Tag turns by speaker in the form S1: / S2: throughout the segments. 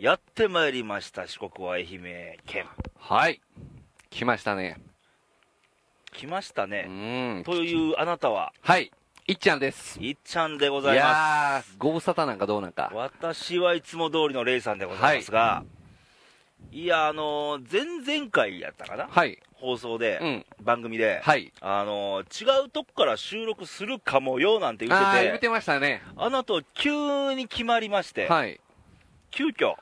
S1: やってまいりました、四国は愛媛県。
S2: はい。来ましたね。
S1: 来ました
S2: う
S1: ね。
S2: ん。
S1: というあなたは、
S2: はい。いっちゃんです。
S1: いっちゃんでご
S2: い
S1: ざいま
S2: やー、ご無沙汰なんかどうなん
S1: す。
S2: か。
S1: 私はいつも通りのレイさんでございますが、い、や、あのー前々回やったかな、
S2: はい。
S1: 放送で、
S2: うん。
S1: 番組で、
S2: はい。
S1: あのー違うとこから収録するかもよなんて言
S2: あ
S1: っ
S2: ー、
S1: て
S2: 言
S1: て、
S2: ってましたね。
S1: あの後、急に決まりまして、
S2: はい。
S1: 急遽、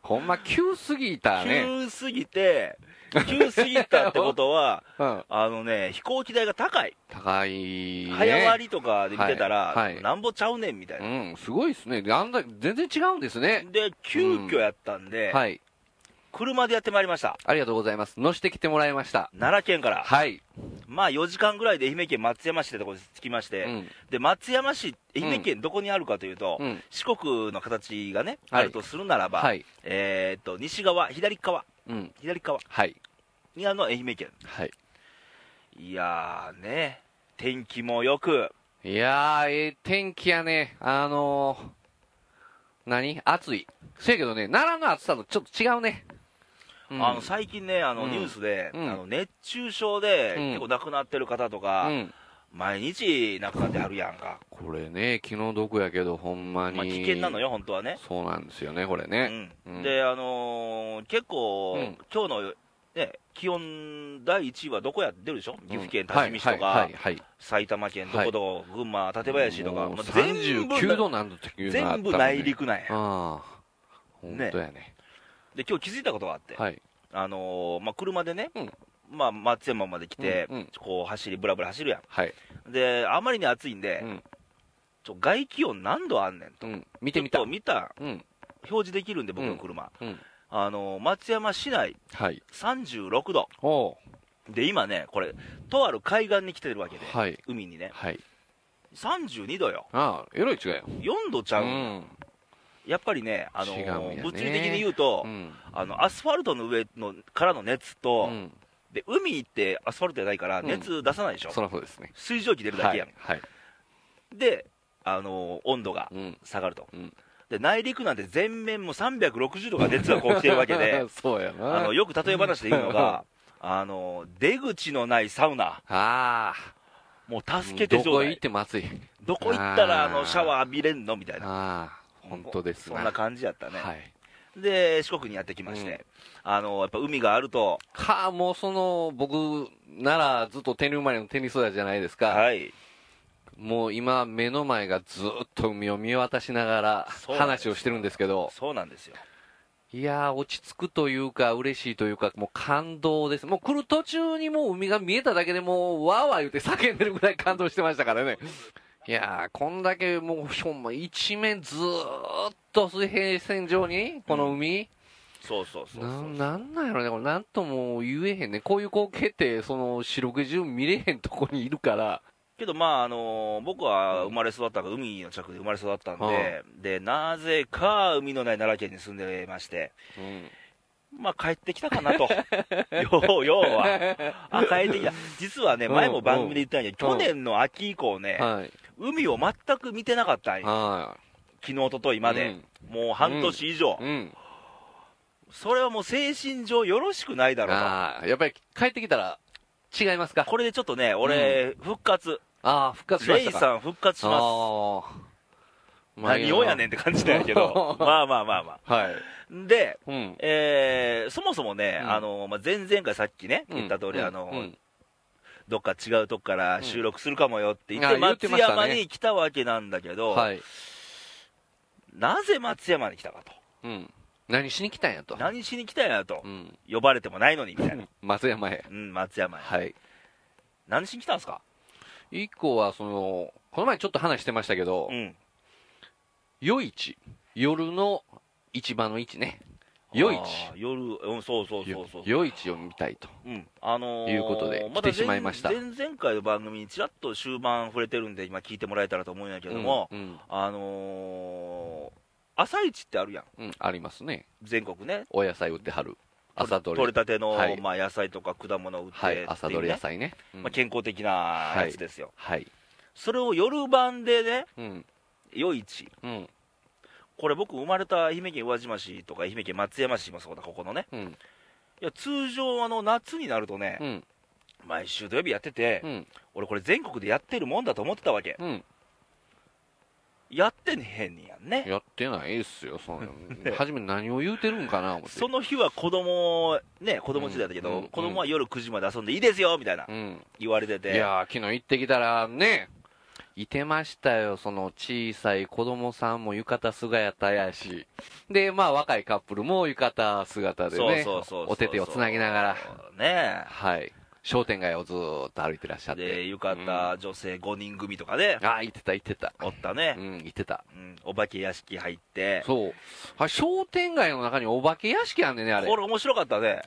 S2: ほんま、急すぎたね。
S1: 急すぎて、急すぎたってこと は、
S2: うん。
S1: あのね、飛行機代が高い。
S2: 高い、ね。
S1: 早割りとかで見てたら、
S2: はいはい
S1: なんぼちゃうねんみたいな。
S2: うん、すごいですね。あんだ、全然違うんですね。
S1: で、急遽やったんで、
S2: はい。
S1: 車でやってまいりました。
S2: ありがとうございます。乗してきてもらいました。
S1: 奈良県から。
S2: はい。
S1: まあ4時間ぐらいで愛媛県松山市ってとこに着きまし
S2: う
S1: て、
S2: ん。
S1: で、松山市、愛媛県どこにあるかというと、
S2: うん。
S1: 四国の形がね、
S2: はい
S1: あるとするならば、
S2: はい。
S1: えーっと、西側、左側、
S2: うん。
S1: 左側
S2: はい。
S1: にあるのは愛媛県。
S2: はい。
S1: いやーね、天気も良く、
S2: いやー、ええ天気やね。あのー、何暑い。せやけどね、奈良の暑さとちょっと違うね。うん
S1: あの最近ね、あの
S2: うん
S1: ニュースで、
S2: うん
S1: あの熱中症で
S2: うん
S1: 結構亡くなってる方とか、
S2: うん。
S1: 毎日亡くなってはるやんか、
S2: これね、気の毒やけど、ほんまに。
S1: まあ、危険なの。よ、本当はね。
S2: そうなんですよね、これ
S1: う
S2: ね。
S1: ん
S2: うん
S1: で、あのー結構、
S2: うん
S1: 今日の、ね、気温第1位はどこやって出るでしょ、岐阜県
S2: は
S1: 多
S2: い
S1: 治見市とか、
S2: はい、はい、はい。
S1: 埼玉県どこどこ、群馬、館林とか、
S2: もう
S1: まあ
S2: 39度なんだっていうの
S1: 全
S2: があったもん
S1: 部
S2: ね
S1: 内陸なんや、
S2: ああ。本当やね。
S1: で今日気づいたことがあって、
S2: はい。
S1: あのーまあ、車でね、
S2: うん
S1: まあ、松山まで来て、
S2: うんうん
S1: こう走り、ぶらぶら走るやん。
S2: はい。
S1: で、あまりに暑いんで、
S2: うん
S1: ちょ外気温何度あんねんと。
S2: うん。見てみた
S1: ちょっと。見た、
S2: うん。
S1: 表示できるんで、僕の車。
S2: うん。
S1: あの、松山市内
S2: はい。
S1: 36度。
S2: おう。
S1: で、今ね、これ、とある海岸に来てるわけで、
S2: はい。
S1: 海にね。
S2: はい。
S1: 32度よ。
S2: ああ、えらい違いよ。
S1: 4度ち
S2: う
S1: ゃう、
S2: ん。
S1: やっぱりね、あの
S2: 違うんやね
S1: 物理的に言うと、
S2: うん。
S1: あの、アスファルトの上のからの熱と、
S2: うん
S1: で、海ってアスファルトじゃないから、
S2: うん
S1: 熱出さないでしょ。
S2: そらそうですね。
S1: 水蒸気出るだけやん。
S2: はい。はい
S1: で、あの、温度が
S2: うん。
S1: 下がると、
S2: うん、
S1: で内陸なんて全面も360度が熱がこう来てるわけで
S2: そうやな。
S1: あのよく例え話で言うのが、あの出口のないサウナ、
S2: あ
S1: も
S2: あ。
S1: う助けて
S2: ど
S1: ちょう
S2: こ
S1: だ
S2: 行っ
S1: い、
S2: ても暑い。
S1: どこ行ったらあ
S2: あー
S1: のシャワー浴びれんのみたいな、
S2: ああ。本当です
S1: そんな
S2: な。
S1: 感じやったね、
S2: はい。
S1: で四国にやってきまして、あのやっぱ海があると、
S2: かあ、もうその、僕、ならずっと天竜生まれの天竜育ちじゃないですか。
S1: はい、
S2: もう今、目の前がずっと海を見渡しながら
S1: そうなんです
S2: 話をしてるんですけど。
S1: そうなんですよ、
S2: いやー、落ち着くというか、嬉しいというか、もう感動です。もう来る途中にもう海が見えただけでもう、わーわー言うて叫んでるぐらい感動してましたからね。いやー、こんだけもう、ほんま一面ずーっと水平線上に、この海、
S1: そうそうそうそう
S2: な、なんなんやろね、これなんとも言えへんね。こういう光景って、その、四六時中見れへんとこにいるから、
S1: けど、まああの僕は生まれ育ったのが海の近くで生まれ育ったんで、でなぜか海のない奈良県に住んでまして。まあ帰ってきたかな と。ようようは。あ、帰ってきた。実はね、
S2: うん
S1: 前も番組で言ったんやけど、
S2: うん
S1: 去年の秋以降ね、
S2: はい。
S1: 海を全く見てなかったんや。
S2: は
S1: 昨日、おととい
S2: い。
S1: まで。もう半年以上
S2: う。ん。うん。
S1: それはもう精神上よろしくないだろうな。
S2: ああ、やっぱり帰ってきたら、違いますか
S1: これでちょっとね、俺、復活。
S2: ああ、復活しま
S1: レ
S2: した
S1: イ
S2: か。
S1: さん復活しま
S2: あ
S1: す。
S2: ー
S1: 何をやねん
S2: ん。
S1: って感じなんやけ ど。まあまあまあま
S2: はい。
S1: あ。で、
S2: うん。
S1: えーそもそもね、
S2: うん
S1: あの、まあ、前々回さっきね、言った通り、
S2: うん
S1: あの、
S2: うん
S1: どっか違うとこから収録するかもよって言って、
S2: うんあ言ってま
S1: 松
S2: したね
S1: 山に来たわけなんだけど、
S2: はい。
S1: なぜ松山に来たか
S2: うん。何しに来たんやと
S1: と、。何しに来たんやと
S2: う、ん。
S1: 呼ばれてもないのにみたいな、
S2: 松山へ。
S1: うん、松山に、
S2: はい。
S1: 何しに来たんですか、
S2: 一個は、その、この前ちょっと話してましたけど
S1: う、ん、
S2: 夜市。夜の市場の市ね。夜市。
S1: あー夜、うん、そうそうそうそう、
S2: 夜市を見たいと。
S1: うん、あのー
S2: いうことで来てしまいました
S1: だ前前々回の番組にちらっと終盤触れてるんで、今、聞いてもらえたらと思うんやけども、
S2: うんうん。
S1: あのー朝市ってあるやん、
S2: うん。ありますね。
S1: 全国ね、
S2: お野菜売ってはる。朝ど
S1: 取
S2: れ
S1: れ。たての、
S2: はい
S1: まあ、野菜とか果物売ってって
S2: は
S1: うね
S2: い。朝どれ野菜ね。うん
S1: まあ、健康的なやつですよ、
S2: はい。
S1: それを夜晩でね、
S2: うん。
S1: 夜市、
S2: うん。
S1: これ僕生まれた愛媛県宇和島市とか愛媛県松山市もそうだ、ここのね。
S2: うん。
S1: いや、通常あの夏になるとね、
S2: うん。
S1: 毎週土曜日やってて、
S2: うん。
S1: 俺これ全国でやってるもんだと思ってたわけ。
S2: うん。
S1: やってねへんやんね。
S2: やってないっすよ。そ の、初め何を言うてるんかな、思って。
S1: その日は子供、ね、子供時代だけど、
S2: うん
S1: 子供は夜9時まで遊んでいいですよみたいな
S2: うん。
S1: 言われて
S2: い
S1: て、
S2: やー、昨日行ってきたら、ね、いてましたよ、その小さい子供さんも浴衣姿やし。で、まあ若いカップルも浴衣姿で
S1: そう
S2: ね、
S1: そうそうそう
S2: お手手をつなぎながら、
S1: ね
S2: はい、商店街をずーっと歩いてらっしゃっ
S1: で、
S2: て。
S1: 浴衣女性5人組とかね、
S2: ああ、行ってた、行ってた。
S1: おった
S2: う
S1: ね、
S2: ん、行ってた。
S1: うん、お化け屋敷入って、
S2: そう。あ商店街の中にお化け屋敷あんねんね、あれ。
S1: これ面白かったね、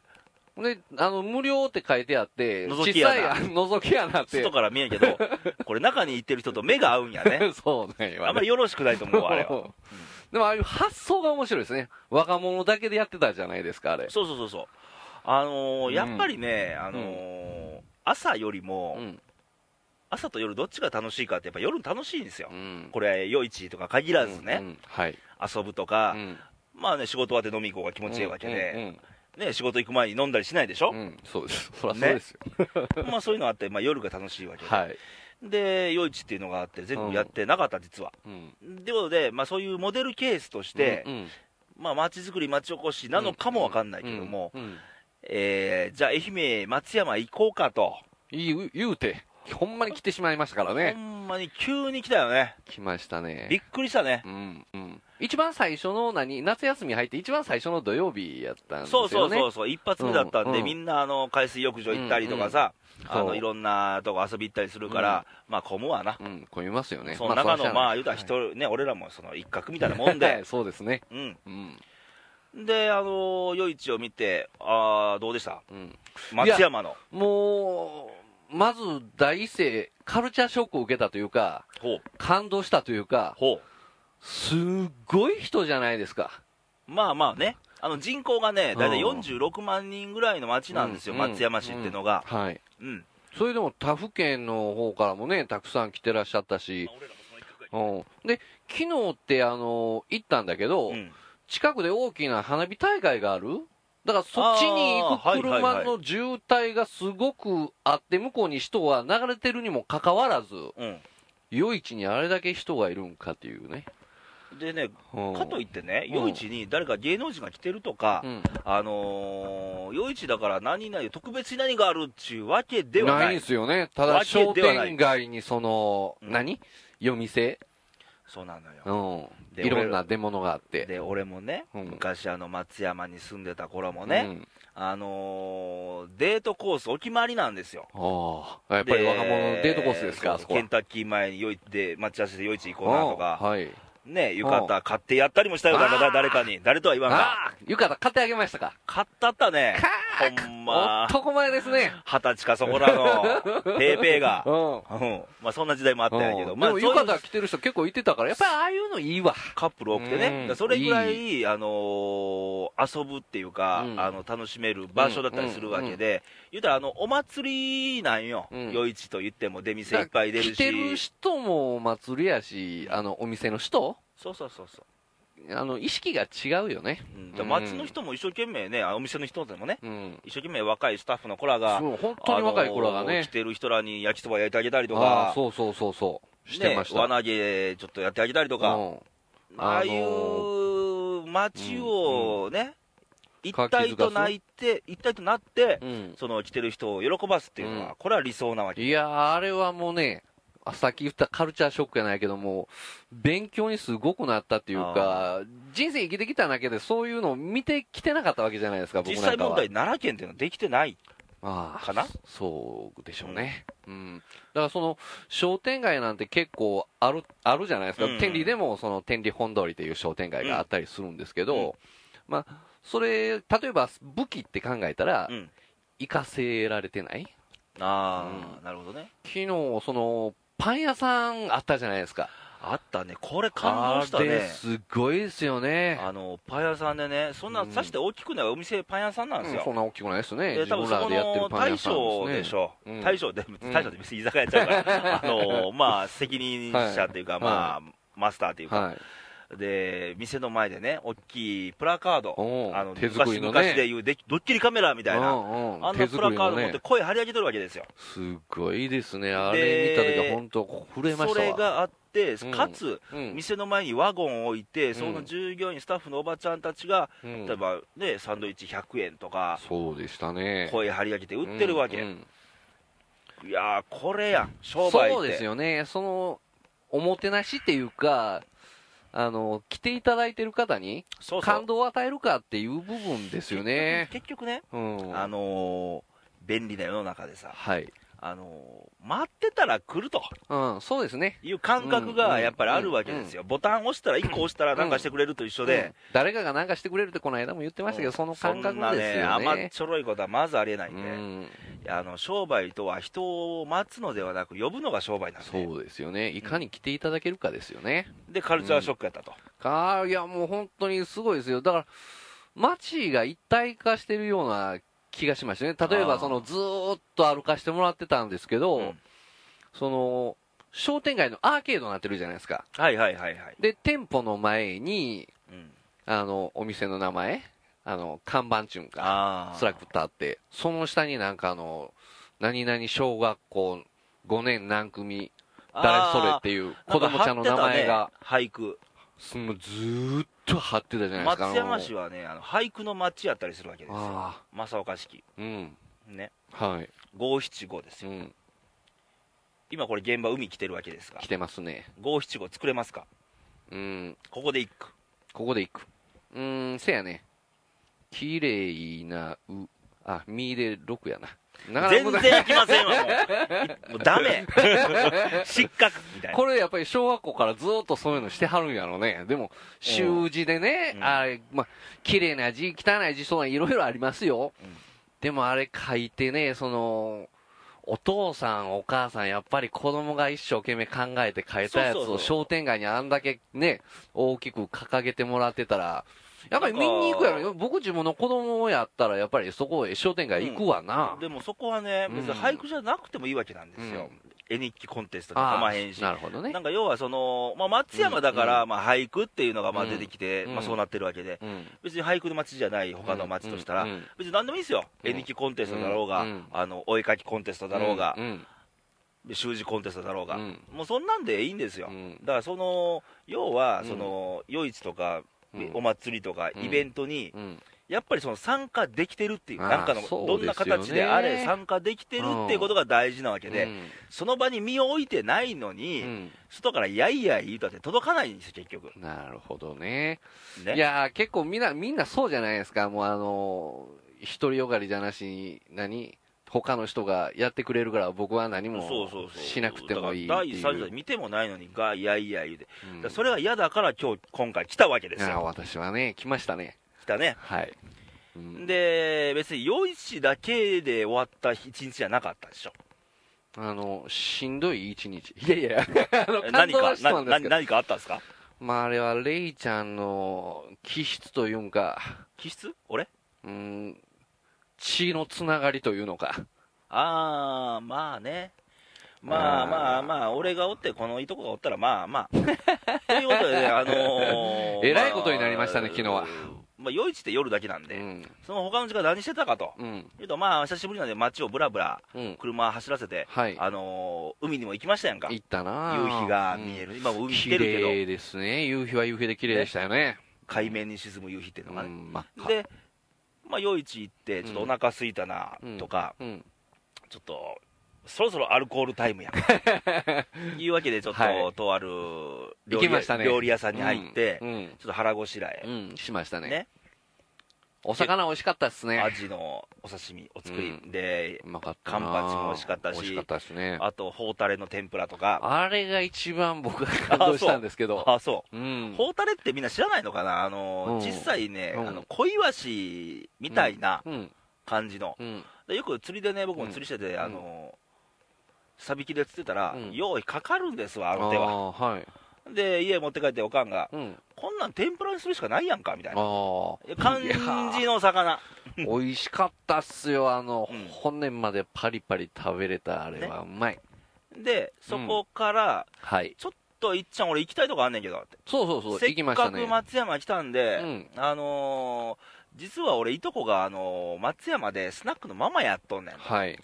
S2: で、あの、無料って書いてあって、
S1: 覗
S2: 小
S1: き穴
S2: さい、あの覗き穴って
S1: 外。から見えんけ ど、これ中に行ってる人と目が合うんやね、
S2: そうね、
S1: あんまりよろしくないと思うわ、あ れは。
S2: でも、ああいう発想が面白いですね。若者だけでやってたじゃないですか、あれ。
S1: そうそうそうそう、あのー
S2: うん
S1: やっぱりね、あのー朝よりも、
S2: ん。
S1: 朝と夜どっちが楽しいかって、やっぱ夜楽しいんですよ。
S2: うん。
S1: これ夜市とか限らずね、
S2: うんはい。
S1: 遊ぶとか
S2: う、ん
S1: まあね、仕事終わって飲み行こうが気持ちいいわけで、
S2: うん
S1: ね、仕事行く前に飲んだりしないでしょ
S2: うん、うん。そうです。 そらそうですよ。
S1: まあそういうのあって、まあ、夜が楽しいわけで、
S2: はい。
S1: で夜市っていうのがあって、全国やってなかった、実は。
S2: うん。
S1: ということで、まあ、そういうモデルケースとして、
S2: うん、
S1: まあ、町づくり、町おこしなのかもわかんないけども、
S2: うん。うん
S1: えーじゃあ、愛媛、松山行こうかと、
S2: いい、言うて、ほんまに来てしまいましたから
S1: ほ
S2: ね。
S1: んまに急に来たよね、
S2: 来ましたね。
S1: びっくりしたね
S2: う、んうん、一番最初の何、夏休み入って、一番最初の土曜日やったんですよ
S1: そ
S2: ね。
S1: うそうそう
S2: う
S1: そう、一発目だったんで、
S2: うん
S1: みんなあの海水浴場行ったりとかさ、
S2: うんうん
S1: あ
S2: そ
S1: の
S2: う
S1: いろんなとこ遊び行ったりするから、まあ、混むわな、
S2: ん、こう言いますよね。
S1: その中
S2: そらしゃ
S1: の、
S2: あ
S1: ま
S2: な
S1: あ、
S2: い
S1: 言うたら一人、ね、俺らもその一角みたいなもん
S2: は
S1: で
S2: い、そうですね。
S1: うん、
S2: うん。
S1: で、あの夜市を見て、あーどうでした、
S2: うん。
S1: 松山の、
S2: もう、まず第一声、カルチャーショックを受けたというか、
S1: ほう、
S2: 感動したというか、
S1: ほ
S2: すっごい人じゃないですか。
S1: う、まあまあね、あの人口がね、大体
S2: うん
S1: 46万人ぐらいの町なんですよ、
S2: うん
S1: 松山市ってのが、
S2: はい。
S1: うん、
S2: それでも他府県の方からもね、たくさん来てらっしゃったし、うん。で、昨日って、あの、行ったんだけど、
S1: うん、
S2: 近くで大きな花火大会があるだからそっちに行く
S1: あーはいはいは
S2: 車
S1: い
S2: の渋滞がすごくあって、向こうに人は流れてるにもかかわらず、
S1: うん、
S2: 夜市にあれだけ人がいるんかっていうね。
S1: でね、
S2: うん
S1: かといってね、
S2: うん
S1: 夜市に誰か芸能人が来てるとか、
S2: うん
S1: あのー、夜市だから何々、特別に何があるっちゅうわけでは
S2: な
S1: ない
S2: ん
S1: い、
S2: ですよね。た
S1: わ
S2: だ
S1: け
S2: 商
S1: ではない
S2: 店街にその、
S1: うん
S2: 何夜店
S1: そうなのよ。
S2: うん。
S1: で
S2: いろんな出物があって。
S1: で俺もね、
S2: うん
S1: 昔、あの松山に住んでた頃も
S2: う
S1: ね、
S2: ん。
S1: あのーデートコース、お決まりなんですよ、
S2: ああ。やっぱり若者のデートコースですか、
S1: そ
S2: あ
S1: う
S2: そ
S1: そ
S2: こ
S1: う
S2: は。
S1: ケンタッキー前によいで待ち合わせで夜市行こうなと
S2: うん
S1: か、
S2: はい。
S1: ね、浴衣買ってやったりもしたよ、だ
S2: あ
S1: か
S2: ー
S1: 誰かに、誰とは言わんが、
S2: ああ浴衣買ってあげましたか。
S1: 買ったったね、ほんま、
S2: 男前ですね。
S1: 二十歳かそこら の、ペーペーが
S2: う、ん。
S1: うんまあ、そんな時代もあったんやけど、
S2: うん
S1: まあ、
S2: でも
S1: そう
S2: 浴
S1: いう
S2: 衣着てる人結構いてたから、やっぱりああいうのいいわ。
S1: カップル多くてね、
S2: うん
S1: だからそれぐらい
S2: い
S1: あのー遊ぶっていうか、
S2: うん
S1: あの楽しめる場所だったりするわけで、言うたらあのお祭りなんよ、
S2: うん
S1: 夜市と言っても出店いっぱい出るし
S2: 着てる人もお祭りやし、あの、お店の人
S1: そうそうそうそう、
S2: あの、意識が違うよね。
S1: うん、だから街の人も一生懸命ねあお店の人でもね
S2: うん。
S1: 一生懸命若いスタッフの子らが
S2: そう、本当に若い子らが
S1: あのー
S2: ね
S1: 来。てる人らに焼きそば焼いてあげたりと
S2: あ
S1: か
S2: あそうそうそうそう。してました。
S1: ね、輪投げちょっとやってあげたりとか、
S2: うん
S1: ああいう街をね、一体となって、一体となって、
S2: うん。
S1: その来てる人を喜ばすっていうのは、
S2: うん
S1: これは理想なわけ。
S2: いやー、あれはもうね、あさっき言ったカルチャーショックやないけども、勉強にすごくなったっていうか、人生生きてきただけでそういうのを見てきてなかったわけじゃないですか、僕
S1: 実
S2: な
S1: 際
S2: んか
S1: 問
S2: は
S1: 題、。奈良県っていうのはできてない
S2: ああ
S1: かな
S2: そうでしょうね。うん。だからその、商店街なんて結構ある、あるじゃないですか。
S1: うんうん
S2: 天理でもその天理本通りっていう商店街があったりするんですけ
S1: う
S2: ど、
S1: ん
S2: まあ、それ、例えば武器って考えたら
S1: う、ん。
S2: 活かせられてない
S1: ああ、
S2: う
S1: なるほどね。
S2: 昨日、その、パン屋さんあったじゃないですか。
S1: あったね。これ感動した
S2: あれ
S1: ね。
S2: すごいですよね。
S1: あの、パン屋さんでね、そんな、
S2: うん
S1: さして大きくないお店、パン屋さんなんです
S2: うんそん
S1: よ。
S2: な大きくないですね。
S1: で、
S2: 自
S1: 多分
S2: 分
S1: そ
S2: ら
S1: こ
S2: でやってる
S1: の
S2: パン屋
S1: 大
S2: さんです、ね。
S1: 将でしょ
S2: うん。
S1: 大将で、
S2: ん
S1: 大将で別に居酒 屋やっちゃうから、あの、まあ、責任者っていうか、
S2: はい
S1: まあ、マスターっていうか、
S2: はい。
S1: で、店の前でね、大きいプラカード、
S2: うん
S1: あの
S2: 手作
S1: 昔
S2: りのね
S1: 昔でいうでドッキリカメラみたいな、
S2: うんうん
S1: あんなプラカード持って声張り上げとるわけですよ。
S2: すごいですね、あれ見た時は本当、震えま
S1: そ
S2: したわ。
S1: れがあって、
S2: うん
S1: かつ、
S2: うん
S1: 店の前にワゴンを置いて、
S2: ん
S1: その従業員、スタッフのおばちゃんたちが、
S2: うん
S1: 例えばね、サンドイッチ100円とか、
S2: そうでしたね、
S1: 声張り上げて売ってるわけ。
S2: うんうん
S1: いやー、これやん、商売って。
S2: そうですよね、そのおもてなしっていうか、あの来ていただいてる方に
S1: そうそう
S2: 感動を与えるかっていう部分ですよね。
S1: 結局ね、
S2: うん、
S1: あのー便利な世の中でさ、
S2: はい、
S1: あのー待ってたら来ると
S2: うん、そうですね、
S1: いう感覚
S2: うんう
S1: が
S2: ん
S1: やっぱりあるわけですよ。ボタン押したら1個押したらなんかしてくれると一緒
S2: うん
S1: で。
S2: 誰かがなんかしてくれるって、この間も言ってましたけど、その感覚ですよ
S1: そんなね、甘
S2: ね
S1: っ。ちょろいことはまずありえないん
S2: う
S1: で、
S2: ん、
S1: あの商売とは人を待つのではなく、呼ぶのが商売なんで、
S2: そうですよね、いかに来ていただけるかですよね。
S1: でカルチャーショックやったと、
S2: かいや、もう本当にすごいですよ、だから、街が一体化してるような気がしましたね、例え
S1: あ
S2: ば
S1: ー
S2: そのずーっと歩かしてもらってたんですけど、
S1: うん
S2: その商店街のアーケードになってるじゃないですか、
S1: はいはいはいはい、
S2: で店舗の前に
S1: うん、
S2: あのお店の名前、あの看板ちゅうんか、
S1: あー
S2: スラくったって、その下になんかあの、何々小学校5年何組、誰それっていう
S1: あー
S2: 子供ちゃんの名前
S1: な
S2: が
S1: ん、か貼ってたね、俳句、
S2: すもうずーっと貼ってたじゃないですか。
S1: 松山
S2: あ
S1: 市はね、あの俳句の町やったりするわけです
S2: の
S1: よ、
S2: あ
S1: 正岡式、
S2: ー、うん。
S1: ね、
S2: はい。
S1: 五七五です
S2: う
S1: よ、
S2: ん。
S1: 今これ、現場、海来てるわけですが
S2: 来、てますね。
S1: 五七五作れますか、
S2: うん。
S1: ここで一句、
S2: ここで行く。うーん、せやね。綺麗な、う、あ、みで6やな。なかなか
S1: 全
S2: 難しい
S1: 然いきませんわ、もう、もうダ メ、失格みたいな。
S2: これやっぱり小学校からずっとそういうのしてはるんやろね。でも、習字でね、
S1: うん
S2: あれ、まあ、綺麗な字、汚い字、そうないろいろありますよ。
S1: うん
S2: でもあれ書いてね、その、お父さん、お母さん、やっぱり子供が一生懸命考えて書いたや
S1: そう
S2: つ
S1: そうそう
S2: を商店街にあんだけね、大きく掲げてもらってたら、やっぱり見に行くや
S1: なん
S2: ろ。僕自分の子供やったら、やっぱりそこへ商店街行くわな。
S1: でもそこはね、別に俳句じゃなくてもいいわけなんですよ、絵日記コンテストに
S2: ああ
S1: 構まへんし、
S2: なるほどね
S1: な。んか要はその、まあ、松山だから、まあ、俳句っていうのがまあ
S2: うん
S1: 出てきて、
S2: うん
S1: まあ、そうなってるわけで、
S2: うん。
S1: 別に俳句の街じゃない他の街としたら、
S2: うんうん
S1: 別に何でもいいですよ、
S2: うん
S1: 絵日記コンテストだろうが、
S2: うん
S1: あのお絵描きコンテストだろうが、
S2: んん
S1: で習字コンテストだろうが、
S2: うん
S1: もうそんなんでいいんですよ。
S2: うん
S1: だからその要は
S2: うん
S1: その、夜市とか、
S2: うん
S1: お祭りとか
S2: うん
S1: イベントに、
S2: うん
S1: やっぱりその参加できてるっていう、
S2: あー
S1: なんかの、
S2: そう
S1: どんな
S2: で
S1: 形
S2: すよね
S1: であれ、参加できてるっていうことが大事なわけで、
S2: うん
S1: その場に身を置いてないのに、外からやいやい言うたって届かないんですよ、結局。
S2: うんなるほどね。
S1: ね、
S2: いやー、結構みんな、みんなそうじゃないですか。もうあのー、独りよがりじゃなしに、何他の人がやってくれるから僕は何も
S1: そうそうそう
S2: しなくてもいい
S1: だから
S2: ってい
S1: 第
S2: う
S1: 三者で見てもないのに、がいやいや言うて、
S2: うん
S1: だからそれが嫌だから今日今回来たわけです
S2: いやー
S1: よ、
S2: 私はね、来ましたね。
S1: 来たね。
S2: はい。うん
S1: で、別に夜市だけで終わった一日じゃなかったでしょ、
S2: あの、しんどい一日。いやいや、あの、感
S1: 何
S2: 動
S1: か
S2: はし
S1: な
S2: たんです
S1: 何
S2: けど。
S1: 何かあったんですか、
S2: まああれは、レイちゃんの気質というんか、
S1: 気質、俺
S2: うん、血のつながりというのか。
S1: あー、まあね、まあ
S2: あー
S1: まあまあ、俺がおって、このいとこがおったら、まあ まあ。ということでね、 あのー、
S2: えらいことになりましたね昨日は。
S1: まあ、夜市って夜だけなん
S2: う
S1: で、
S2: ん。
S1: その他の時間何してたかと。
S2: うん。
S1: いうと、まあ、久しぶりなんで、街をぶらぶら、
S2: うん。
S1: 車走らせて、
S2: はい。
S1: あのー海にも行きましたやんか。夕
S2: 行ったなぁ
S1: 日が見える。今も
S2: うん
S1: 海来
S2: 綺
S1: てるけど、
S2: 麗ですね。夕日は夕日で綺麗でしたよね。
S1: 海面に沈む夕日っていうの
S2: う
S1: がね。
S2: ん、真っ赤。
S1: で、まあ、夜市行って、ちょっとお腹空いたな、とか、
S2: うん。
S1: ちょっと、そろそろアルコールタ イムやん。いうわけで、ちょっと、
S2: はい
S1: とある料
S2: 行き
S1: 理
S2: ま
S1: 屋
S2: したね
S1: 料理屋さんに入って、
S2: う
S1: ちょ
S2: ん。
S1: っと腹ごしらえ、
S2: うん。しましたね。
S1: ね
S2: お魚美味しかったですね
S1: ア。ジのお刺身、お作り、
S2: うん
S1: で、
S2: うまかった
S1: カ
S2: な
S1: ン
S2: ぁ
S1: パチも美味しかったし
S2: 美味しかったですね。
S1: あと、ほうたれの天ぷらとか、
S2: あれが一番僕が感動したんですけど。
S1: あ、そうう。
S2: ん。
S1: ほうたれってみんな知らないのかなあの、
S2: うん
S1: 小さいね、
S2: うん
S1: あの、小イワシみたいな
S2: うん。
S1: 感じの。
S2: うん。
S1: でよく釣りでね、僕も釣りしてて、あの、サビキで釣ってたら、
S2: うん
S1: 用意かかるんですわ、あの手は。
S2: あーはい。
S1: で、家持って帰っておかんが、
S2: うん。
S1: こんなん天ぷらにするしかないやんか、みたいな。
S2: ああ。
S1: 感
S2: いやー
S1: じの魚。
S2: 美味しかったっすよ、あの、
S1: うん
S2: 骨までパリパリ食べれたあれはうまい。
S1: で、そこから、
S2: はい。
S1: ちょっといっちゃん、俺行きたいとこあんねんけどって。
S2: そうそうそう、
S1: せ
S2: 行きま
S1: っ
S2: した
S1: か
S2: ね
S1: く。松山来たんで、
S2: うん
S1: あのー実は俺、いとこが、あのー松山でスナックのママやっとんねん。
S2: はい。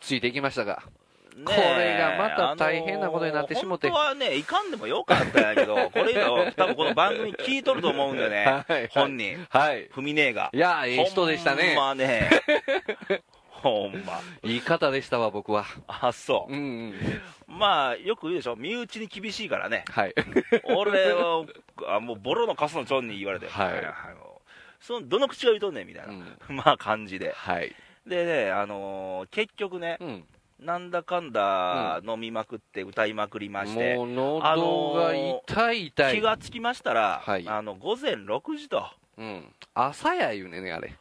S2: ついていきましたが。
S1: ねえ
S2: これがまた大変なことになってしもて
S1: あのー本当はね、いかんでもよかったんやけ ど、これ以上、多分この番組聞いとると思うんでね、
S2: はい。
S1: 本人、
S2: はい。
S1: ふみねえが
S2: い。やー、ええ人でした
S1: ほん
S2: ね。
S1: ま ね。ほんま。
S2: 言い方でしたわ、僕は。
S1: あ、そ
S2: うんうん。。
S1: う。まあ、よく言うでしょ。身内に厳しいからね
S2: はい。
S1: 俺は、あもうボロのカスのチョンに言われて。
S2: はい
S1: あのそのどの口が言うとんねんみたいな、まあ感じで、
S2: はい。
S1: でね、あのー結局ね、
S2: うん。
S1: なんだかんだ飲みまくって、歌いまくりまして、
S2: もう喉が痛い痛い。
S1: 気がつきましたら、
S2: はい
S1: あの午前6時と、
S2: うん。朝や言うねんね、あれ。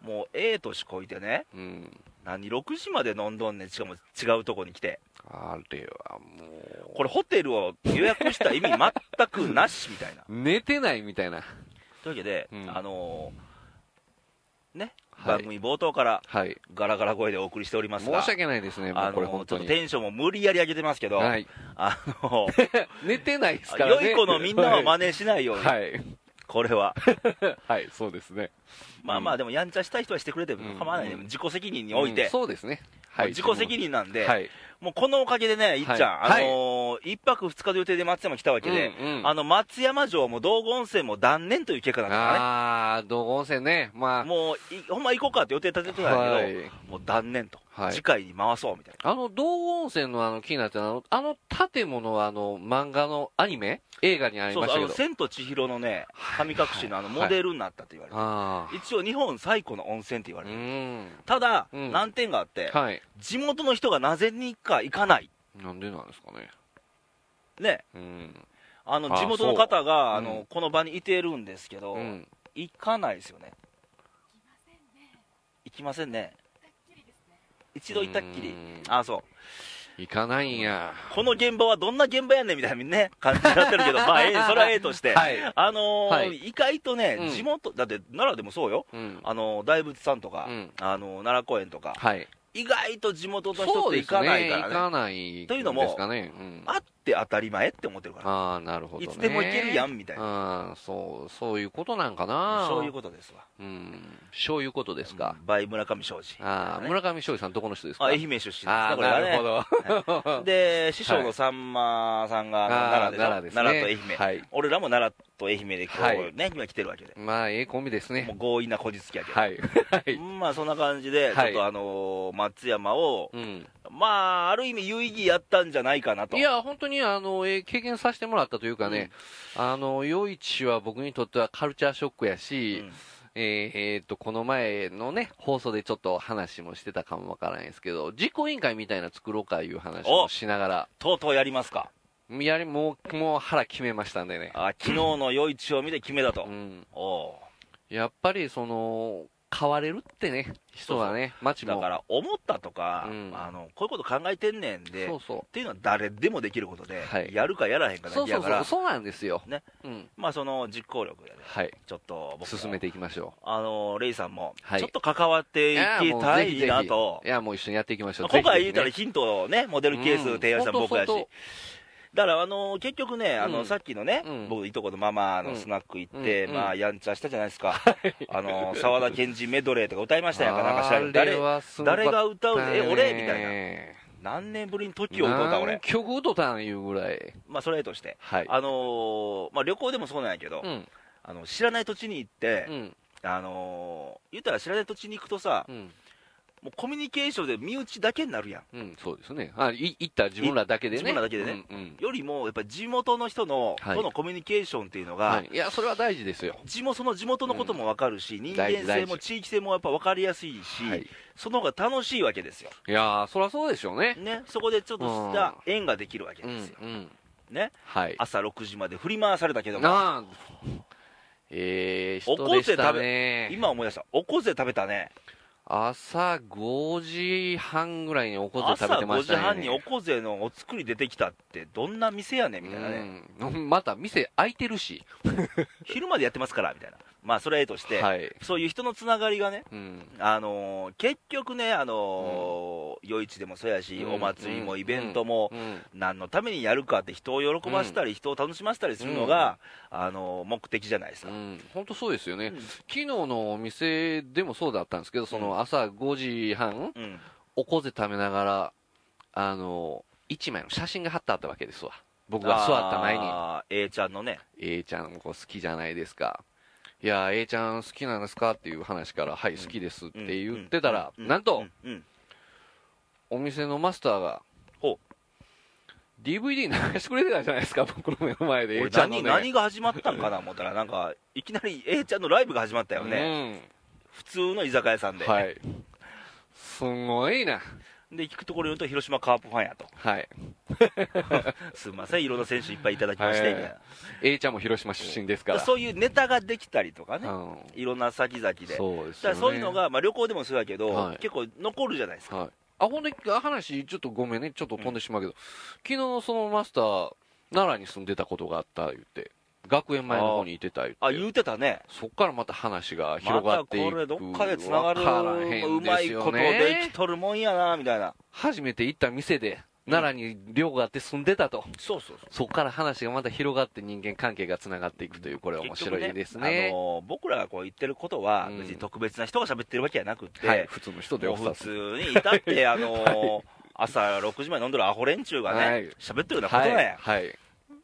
S1: もうええ年こいてね、
S2: うん。
S1: 何、6時まで飲んどんねん、しかも違うとこに来て、
S2: あれはも
S1: これ、ホテルを予約した意味、全くなしみたいな。
S2: う、寝てないみたいな。
S1: というわけで、
S2: うん
S1: あのーね、
S2: はい
S1: 番組冒頭から、
S2: はい。
S1: ガラガラ声でお送りしておりま
S2: 申
S1: すが、
S2: し訳ないですね、も
S1: あ
S2: うこれ
S1: の
S2: 本
S1: ーちょ
S2: 当
S1: っと
S2: に。
S1: テンションも無理やり上げてますけど、
S2: はい。
S1: あのー
S2: 寝てないですから
S1: 良
S2: ね。
S1: い子のみんなは真似しないように、
S2: はい。
S1: これは。
S2: はい、そうですね。
S1: まあまあ、でも、やんちゃしたい人はしてくれても構わない、
S2: うん
S1: でも自己責任において、
S2: うんそうですね。はい。
S1: 自己責任なんで、
S2: はい。
S1: もうこのおかげでね、いっちゃん、
S2: はい
S1: あのー一泊二日の予定で松山来たわけで、
S2: うんうん
S1: あの松山城も道後温泉も断念という結果だったからね。
S2: あー、道後温泉ね。まあ、
S1: もうい、ほんま行こうかって予定立ててたんだけど、
S2: はい
S1: もう断念と、
S2: はい
S1: 次回に回そうみたい
S2: あの、道後温泉のあの、気になってるあの、あの建物はあの、漫画のアニメ映画にあ
S1: な、
S2: り
S1: そう
S2: まし
S1: そう、
S2: た
S1: あの
S2: けど。
S1: 千と千尋のね、神隠しのあの
S2: はい
S1: モデルになったって言われて、
S2: あ
S1: 一応、日本最古の温泉って言わ
S2: あ。う
S1: れてる、
S2: ん。
S1: ただ、
S2: うん
S1: 難点があって、
S2: はい。
S1: 地元の人がなぜにか行かない、
S2: なんでなんですかね。
S1: ね、
S2: うん。
S1: あの
S2: あ
S1: 地元の方が
S2: そう
S1: あの、
S2: うん
S1: この場にいてるんですけど、
S2: うん。
S1: 行かないですよね行きませんね一度行ったっき
S2: う
S1: り
S2: ん
S1: あそう
S2: 行かないんや。
S1: この現場はどんな現場やねんみたいなね感じになって るけどまあええそれはええとして、
S2: はい
S1: あのー
S2: はい
S1: 意外とね、
S2: うん
S1: 地元だって奈良でもそうよ
S2: うん。
S1: あのー大仏さんとか、
S2: うん
S1: あのー奈良公園とか、
S2: はい。
S1: 意外と地元の人
S2: そ
S1: っ
S2: う
S1: て
S2: で
S1: 行
S2: すね
S1: かないから
S2: 行
S1: ね
S2: かない。
S1: というのも
S2: ですかね。うん。
S1: あって当たり前って思ってるから
S2: ああ、なるほどね。
S1: いつでも行けるやんみたいな
S2: な。うん、そう、そういうことなんかな。
S1: そういうことですわ
S2: うん。そういうことですか。
S1: バイ村上庄司
S2: ああ、
S1: ね
S2: 村上翔司さんどこの人ですか
S1: あ愛媛出身ですね
S2: ああ、
S1: これが
S2: な
S1: ね
S2: るほど。
S1: で、師匠のさんまさんが
S2: あ
S1: あ
S2: ー
S1: の奈良でしょ、奈良と愛媛、
S2: はい。
S1: 俺らも奈良と愛媛でこう、
S2: はい
S1: ね、今来てるわけで、
S2: まあ、ええコンビですね
S1: も。う強引なこじつきやけど、
S2: はい。はい。
S1: まあそんな感じで、
S2: はい
S1: ちょっとあのー松山を、
S2: うん。
S1: まあ、ある意味、有意義やったんじゃないかなと。
S2: いや、本当に、あの、えー経験させてもらったというかね、あの、夜市は僕にとってはカルチャーショックや
S1: う
S2: し、
S1: ん
S2: えーえーっと、この前のね、放送でちょっと話もしてたかもわからないですけど、実行委員会みたいな作ろうかいう話をしなが
S1: とうとうやりますか、
S2: ら、やり、もう、もう腹決めましたんでね。
S1: あ昨日の夜市を見て決めたと、
S2: うん。
S1: お
S2: やっぱり、その、変われるってね、人はね、街
S1: う
S2: も。
S1: だから思ったとか、
S2: うん
S1: あの、こういうこと考えてんねんで、
S2: そ
S1: っ
S2: うそう。
S1: ていうのは誰でもできることで、
S2: はい
S1: やるかやらへんかだ
S2: そう
S1: けや
S2: そう
S1: か
S2: そう、
S1: ら、
S2: そうなんですよ。
S1: ね。
S2: うん。
S1: まあその実行力でね、
S2: はい。
S1: ちょっと僕も
S2: 進めていきましょ
S1: あのレイさんも、
S2: はい
S1: ちょっと関わって
S2: う。
S1: い
S2: や
S1: き
S2: もう
S1: た
S2: ぜひぜ
S1: い
S2: ひ
S1: なと
S2: い、や、もう一緒にやっていきましょう。
S1: 今回
S2: ぜ
S1: 言
S2: ひ
S1: う
S2: ぜ
S1: たら
S2: ひね
S1: ヒントをね、モデルケース提案したの僕やし、
S2: うん本
S1: だから、あの結局ね、あの
S2: うん
S1: さっきのね、
S2: うん
S1: 僕、いとこのママ
S2: うん
S1: のスナック行って、
S2: うん
S1: まあ、
S2: うん
S1: やんちゃしたじゃないです か、あの沢田研二メドレーとか歌いましたやんか、なんか知らんけど
S2: あれはすごかった
S1: 誰、誰が歌う
S2: ね
S1: え、俺みたいな、何年ぶりに時を歌うた、
S2: 何
S1: 俺、
S2: 曲歌うたんいうぐらい。
S1: まあ、それとして、
S2: はい。
S1: あのーまあ、旅行でもそうなんやけど、
S2: うん。
S1: あの知らない土地に行って、
S2: うん。
S1: あのー言ったら知らない土地に行くとさ、
S2: うん。
S1: もうコミュニケーションで身内だけになるやん。
S2: うん。そうですね。あ、い、行った自分らだけでね。
S1: い自分らだけでね
S2: うん。うん。
S1: よりもやっぱり地元の人の、
S2: はい
S1: とのコミュニケーションっていうのが、
S2: はい。いや、それは大事ですよ。
S1: 地元その地元のことも分かるし、人間
S2: 大
S1: 性
S2: 事大
S1: も
S2: 事
S1: 地域性もやっぱ分かりやすいし、
S2: はい。
S1: その方が楽しいわけですよ、
S2: いやー、そりゃそうでしょうね。
S1: ね、そこでちょっとした縁ができるわけ
S2: うん。
S1: ですよ、
S2: うん。
S1: ね、
S2: はい。
S1: 朝6時まで振り回されたけども、
S2: なあ。えー、
S1: おこ
S2: 人
S1: ぜ
S2: でした
S1: 食
S2: ね。
S1: 今思い出した、おこぜ食べたね、
S2: 朝5時半ぐらいにおこぜ
S1: 朝
S2: 食べてま
S1: 5
S2: し
S1: 時
S2: たね。
S1: 半におこぜのお作り出てきたって、どんな店やねんみたいなね、
S2: うんまた店開いてるし。
S1: 昼までやってますからみたいな、まあ、それはええとして、
S2: はい。
S1: そういう人のつながりがね、
S2: うん。
S1: あのー結局ね、あのー夜市でもそうやし、
S2: うん
S1: お祭りもイベントも、
S2: うん。
S1: 何のためにやるかって、人を喜ばしたり、人を楽しませたりするのが、あのー目的じゃないです
S2: う
S1: か。
S2: ん、本当そうですよね、
S1: うん
S2: 昨日のお店でもそうだったんですけど、そ
S1: うん
S2: の朝5時半、
S1: うん、
S2: おこぜ食べながら、あの、一枚の写真が貼ってあったわけですわ。僕が座った前に。
S1: あー A ちゃんのね、
S2: A ちゃんこう好きじゃないですか。いやー、A ちゃん好きなんですかっていう話から、はい、
S1: ん
S2: 好きですっ
S1: うん
S2: て言ってたら、
S1: う
S2: なんと、、
S1: うんうん
S2: お店のマスターが、
S1: ほ
S2: DVD 流してくれてたじゃないですか、 僕の目の前で。
S1: 俺
S2: A ちゃんの、ね
S1: 何、、何が始まったんかな思ったら、なんか、いきなり A ちゃんのライブが始まったよね、普通の居酒屋さん
S2: う
S1: で、
S2: ん。はい。すごいな。
S1: で聞くところによると、広島カープファンやと、
S2: はい。
S1: すみません、いろんな選手いっぱいいただきまして、みたいな
S2: A ちゃんも広島出身ですから。
S1: そういうネタができたりとかね、
S2: うん
S1: いろんな先々で。
S2: そうです
S1: だから
S2: よね。
S1: そういうのが、まあ、旅行でもそうだけど、
S2: はい
S1: 結構残るじゃないですか。
S2: はい、あほんで話ちょっとごめんねちょっと飛んでしまうけど、昨日のそのマスター奈良に住んでたことがあった言って学園前の方にいてた言って
S1: あ、言うてたね。
S2: そっからまた話が
S1: ま
S2: 広が
S1: た
S2: ってい
S1: こ
S2: く
S1: れどっかで繋がる、
S2: わからへんですよね
S1: うまいことできとるもんやな、みたいな。
S2: 初めて行った店で奈良に寮があって住んでたと、
S1: そうそうそう。
S2: そっから話がまた広がって人間関係がつながっていくというこれ面白いですね
S1: あのー僕らがこう言ってることは、
S2: うん
S1: 別に特別な人が喋ってるわけじゃなくて、
S2: はい、普通の人で
S1: も
S2: お
S1: う普
S2: 二つ
S1: 通にいた って、あのー朝6時まで飲んでるアホ連中が
S2: は
S1: ね
S2: い、
S1: 喋、ってるようなこと
S2: は
S1: ね、
S2: い、はい、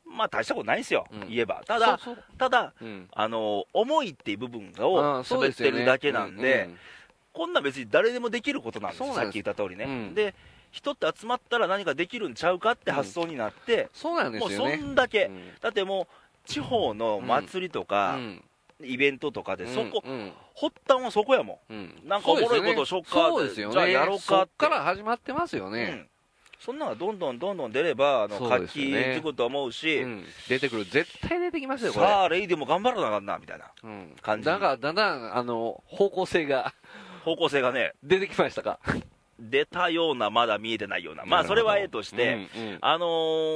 S1: まあ大したことないんですよ、
S2: うん
S1: 言えば。ただ、
S2: そうそう
S1: ただ、
S2: うん
S1: あのー思いっていう部分を
S2: あーそう
S1: 喋
S2: で
S1: っ
S2: すよ
S1: て
S2: ね
S1: るだけなんで、
S2: うんうん
S1: こんなん別に誰でもできることなんですよ
S2: そう
S1: さ
S2: なん
S1: っ
S2: です
S1: き言った通りね、
S2: うん
S1: で人って集まったら何かできるんちゃうかって発想になって、
S2: そうなんで
S1: もう
S2: すよ
S1: そ
S2: ね
S1: んだけ、
S2: うん
S1: だってもう地方の祭りとか、
S2: うん
S1: イベントとかで、そこ
S2: うんうん
S1: 発端はそこやも
S2: うん
S1: なんかおもろいことしよっか
S2: そうですよね
S1: じゃあやろうかって
S2: そっから始まってますよ
S1: ん、う
S2: ね、
S1: んそんなのがどんどんどんどん出ればあの
S2: そうで
S1: 活
S2: す
S1: 気
S2: よね
S1: づくと思う
S2: う
S1: し、
S2: ん出てくる絶対出てきますよこれ
S1: さあレイディも頑張らなあかんなみたいな
S2: うん、
S1: 感じ
S2: だからだんだんあの方向性が
S1: 方向性がね
S2: 出てきましたか
S1: 出たようなまだ見えてないようなまあそれはええとして、、あの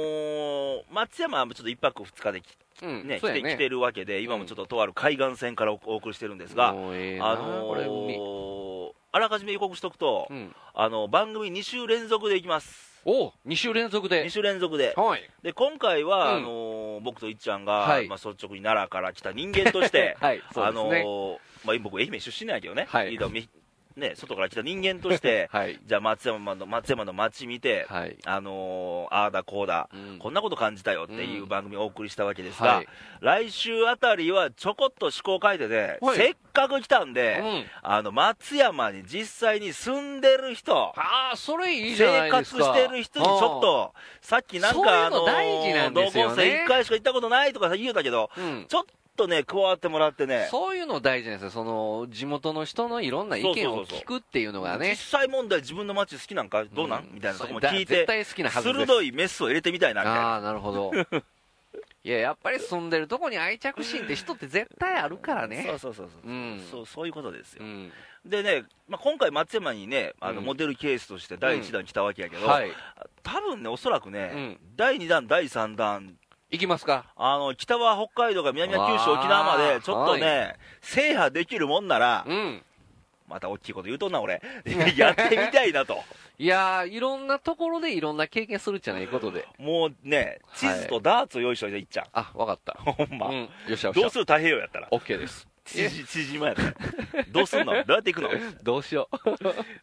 S1: ー松山はちょっと1泊2日で来
S2: うんうんうん
S1: ね、
S2: そ
S1: 来
S2: う
S1: て
S2: や
S1: 来てるわけで、今もちょっととある海岸線からおお送りしてるんですが、
S2: もうええな
S1: あの
S2: これ海
S1: ーあらかじめ予告しとくと、
S2: うん、
S1: あの番組2週連続でいきます、
S2: お二週連続
S1: 2
S2: で
S1: 週連続で、
S2: はい
S1: で今回は、
S2: うん
S1: あのー僕といっちゃんが、
S2: はい
S1: まあ、率直に奈良から来た人間として、
S2: はい そう
S1: あ
S2: です
S1: の
S2: ね、
S1: ーまあ、今僕、愛媛出身なんやけどね、
S2: はい
S1: いいとこみね外から来た人間として、
S2: はい
S1: じゃあ松山の、松山の街見て、
S2: はい、
S1: あのーああだこうだ、
S2: うん
S1: こんなこと感じたよっていう番組をお送りしたわけですが。
S2: はい
S1: 来週あたりはちょこっと趣向を変えてね、
S2: はい
S1: せっかく来たんで、
S2: うん、
S1: あの松山に実際に住んでる人、
S2: ああそれいいじゃな
S1: 生
S2: いで
S1: 活
S2: すか
S1: してる人にちょっと、さっきなん
S2: そうい
S1: か、
S2: うの大事なんですよ
S1: 同校
S2: ね
S1: 生1回しか行ったことないとか言うたけど、
S2: と、うん、
S1: ちょっとね、加わってもらってね、
S2: そういうの大事なんですよ、その地元の人のいろんな意見
S1: そうそう
S2: を
S1: そうそう
S2: 聞くっていうのがね
S1: 実、際問題、自分の街好きなんか、どうなん、
S2: ん
S1: みたいなとこも
S2: だ
S1: 聞い
S2: 絶
S1: て、
S2: 対好きなはずです、
S1: 鋭いメスを入れてみたいなみたい
S2: あ
S1: な。
S2: あ、なるほ ど、いや、やっぱり住んでるとこに愛着心って人って絶対あるから
S1: そ
S2: ね
S1: う、そうそうそう,、
S2: うん
S1: そうそういうことですよ、
S2: うん、
S1: でね、まあ、今回松山にねあの
S2: うん
S1: モデルケースとして第1弾来たわけやけど、
S2: はい、
S1: 多分ね、おそらくね、
S2: うん
S1: 第2弾、第3弾、
S2: 行きますか、
S1: あの北は北海道から南は九州、
S2: あー
S1: 沖縄まで、ちょっとね、制覇できるもんなら、
S2: うん、
S1: また大きいこと言うとんな、 俺、やってみたいなと、
S2: いやー、いろんなところでいろんな経験するじゃないことで、
S1: もうね、地図とダーツを用意しといて、いっちゃん、
S2: あわかった、
S1: ほん ま、
S2: うん、よっしゃ、よっしゃ、
S1: どうする太平洋やったら、
S2: OK です、
S1: 縮縮まやったら、どうすんの、どうやって行く の、
S2: どうしよ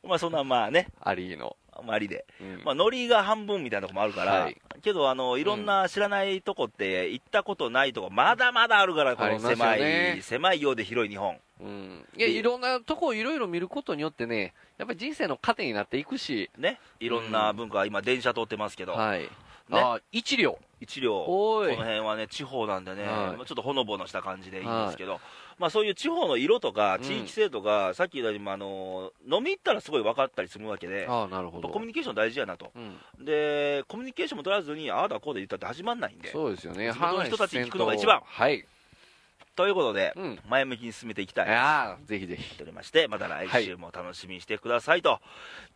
S2: う、
S1: まあそんな、まあね、
S2: ありの、
S1: まあありで、
S2: うん
S1: まあ、ノリが半分みたいなとこもあるから、
S2: はい
S1: けどあの、いろんな知らないとこって、行ったことないとこ、まだまだあるから、こ
S2: あ
S1: の
S2: りますよ
S1: 狭い、
S2: ね
S1: 狭いようで広い日本。
S2: うん、いや、いろんなとこをいろいろ見ることによってね、やっぱり人生の糧になっていくし、
S1: ね、いろんな文化、今、電車通ってますけど、
S2: はい。あー一両。
S1: 一両、こ
S2: おい
S1: の辺はね、地方なんでね、
S2: はい
S1: まあちょっとほのぼのした感じでいいんですけど、まあ、そういう地方の色とか、地域性とか、さっき言ったように、あの飲み行ったらすごい分かったりするわけで、やっ
S2: ああ、なるほ
S1: ぱ
S2: ど。
S1: コミュニケーション大事やなと、
S2: うん、
S1: でコミュニケーションも取らずに、ああだこうで言ったって始まんないんで、
S2: そうですよね。
S1: 地元の人たちに聞くのが
S2: 話せんと
S1: 一番
S2: はい。
S1: ということで、
S2: うん
S1: 前向きに進めていきたいと
S2: ああ、ぜひぜひ。
S1: 思っておりまして、また来週も楽しみにしてくださいと、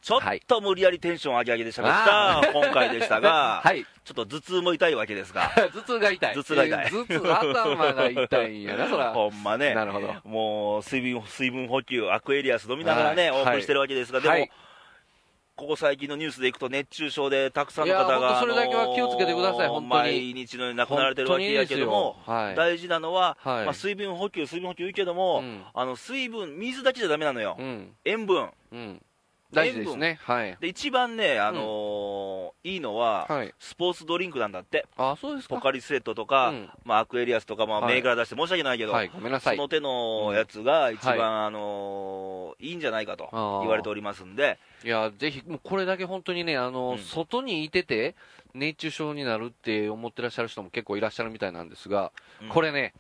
S1: ちょっ
S2: はい
S1: と無理やりテンション上げ上げで喋
S2: あ
S1: った今回でしたが、
S2: はい。
S1: ちょっと頭痛も痛いわけですが、
S2: 頭痛が痛い。
S1: 頭痛が痛い
S2: えー頭痛、頭が痛いん やな、そら。
S1: ほんまね、
S2: なるほど。
S1: もう水分水分補給、アクエリアス飲みながらね、
S2: はい
S1: お送りしてるわけですが、でも、
S2: はい
S1: ここ最近のニュースでいくと、熱中症でたくさんの
S2: いや
S1: 方
S2: ほんと
S1: が、
S2: それだけは
S1: あのー
S2: 気をつけてください本当に
S1: 毎日のように亡くなられてるわけやけども
S2: 本、当にいいですよはい
S1: 大事なのは、
S2: はい
S1: まあ、水分補給、水分補給言うけども、
S2: うん
S1: あの水分、水だけじゃだめなのよ、
S2: うん。
S1: 塩分。
S2: うん。大事ですね。はい。
S1: で一番ね、あのーいいのは、
S2: はい。
S1: スポーツドリンクなんだって、
S2: あ、そうですか。
S1: ポカリスエットとか、
S2: うん
S1: まあ、アクエリアスとか、まあ、
S2: はい
S1: 銘柄出して申し訳ないけど、
S2: はい、ごめんなさ
S1: そ
S2: い。
S1: の手のやつが一番、
S2: うん
S1: あのーいいんじゃないかと
S2: あー
S1: 言われておりますんで、
S2: いや、ぜひ、もうこれだけ本当にね、あの、
S1: うん
S2: 外にいてて、熱中症になるって思ってらっしゃる人も結構いらっしゃるみたいなんですが、
S1: うん
S2: これね、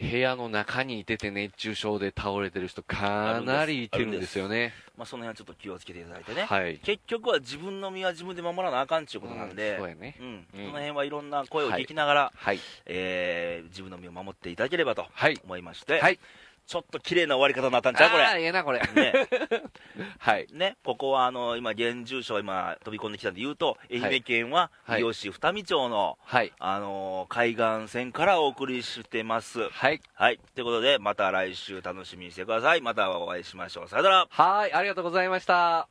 S2: 部屋の中にいてて熱中症で倒れてる人、かなりいてるんですよね。
S1: まあ、その辺はちょっと気をつけていただいてね、
S2: はい。
S1: 結局は自分の身は自分で守らなあかんっていうことなん
S2: う
S1: で
S2: そう、やね。
S1: うん
S2: うん
S1: その辺はいろんな声を聞きながら、
S2: はい。
S1: えー自分の身を守っていただければと
S2: はい。
S1: 思いまして、
S2: はい
S1: ちょっと綺麗な終わり方になったんちゃうこ
S2: あー
S1: れ。
S2: ええな、これ。
S1: ね
S2: はい。
S1: ね、ここはあの今、現住所、今、飛び込んできたんで言うと、
S2: い
S1: 愛媛県は
S2: はい
S1: 伊予市二見町の、
S2: はい。
S1: あのー海岸線からお送りしてます。
S2: はい。
S1: はい。ということで、また来週楽しみにしてください。またお会いしましょう。さよなら。
S2: はい。ありがとうございました。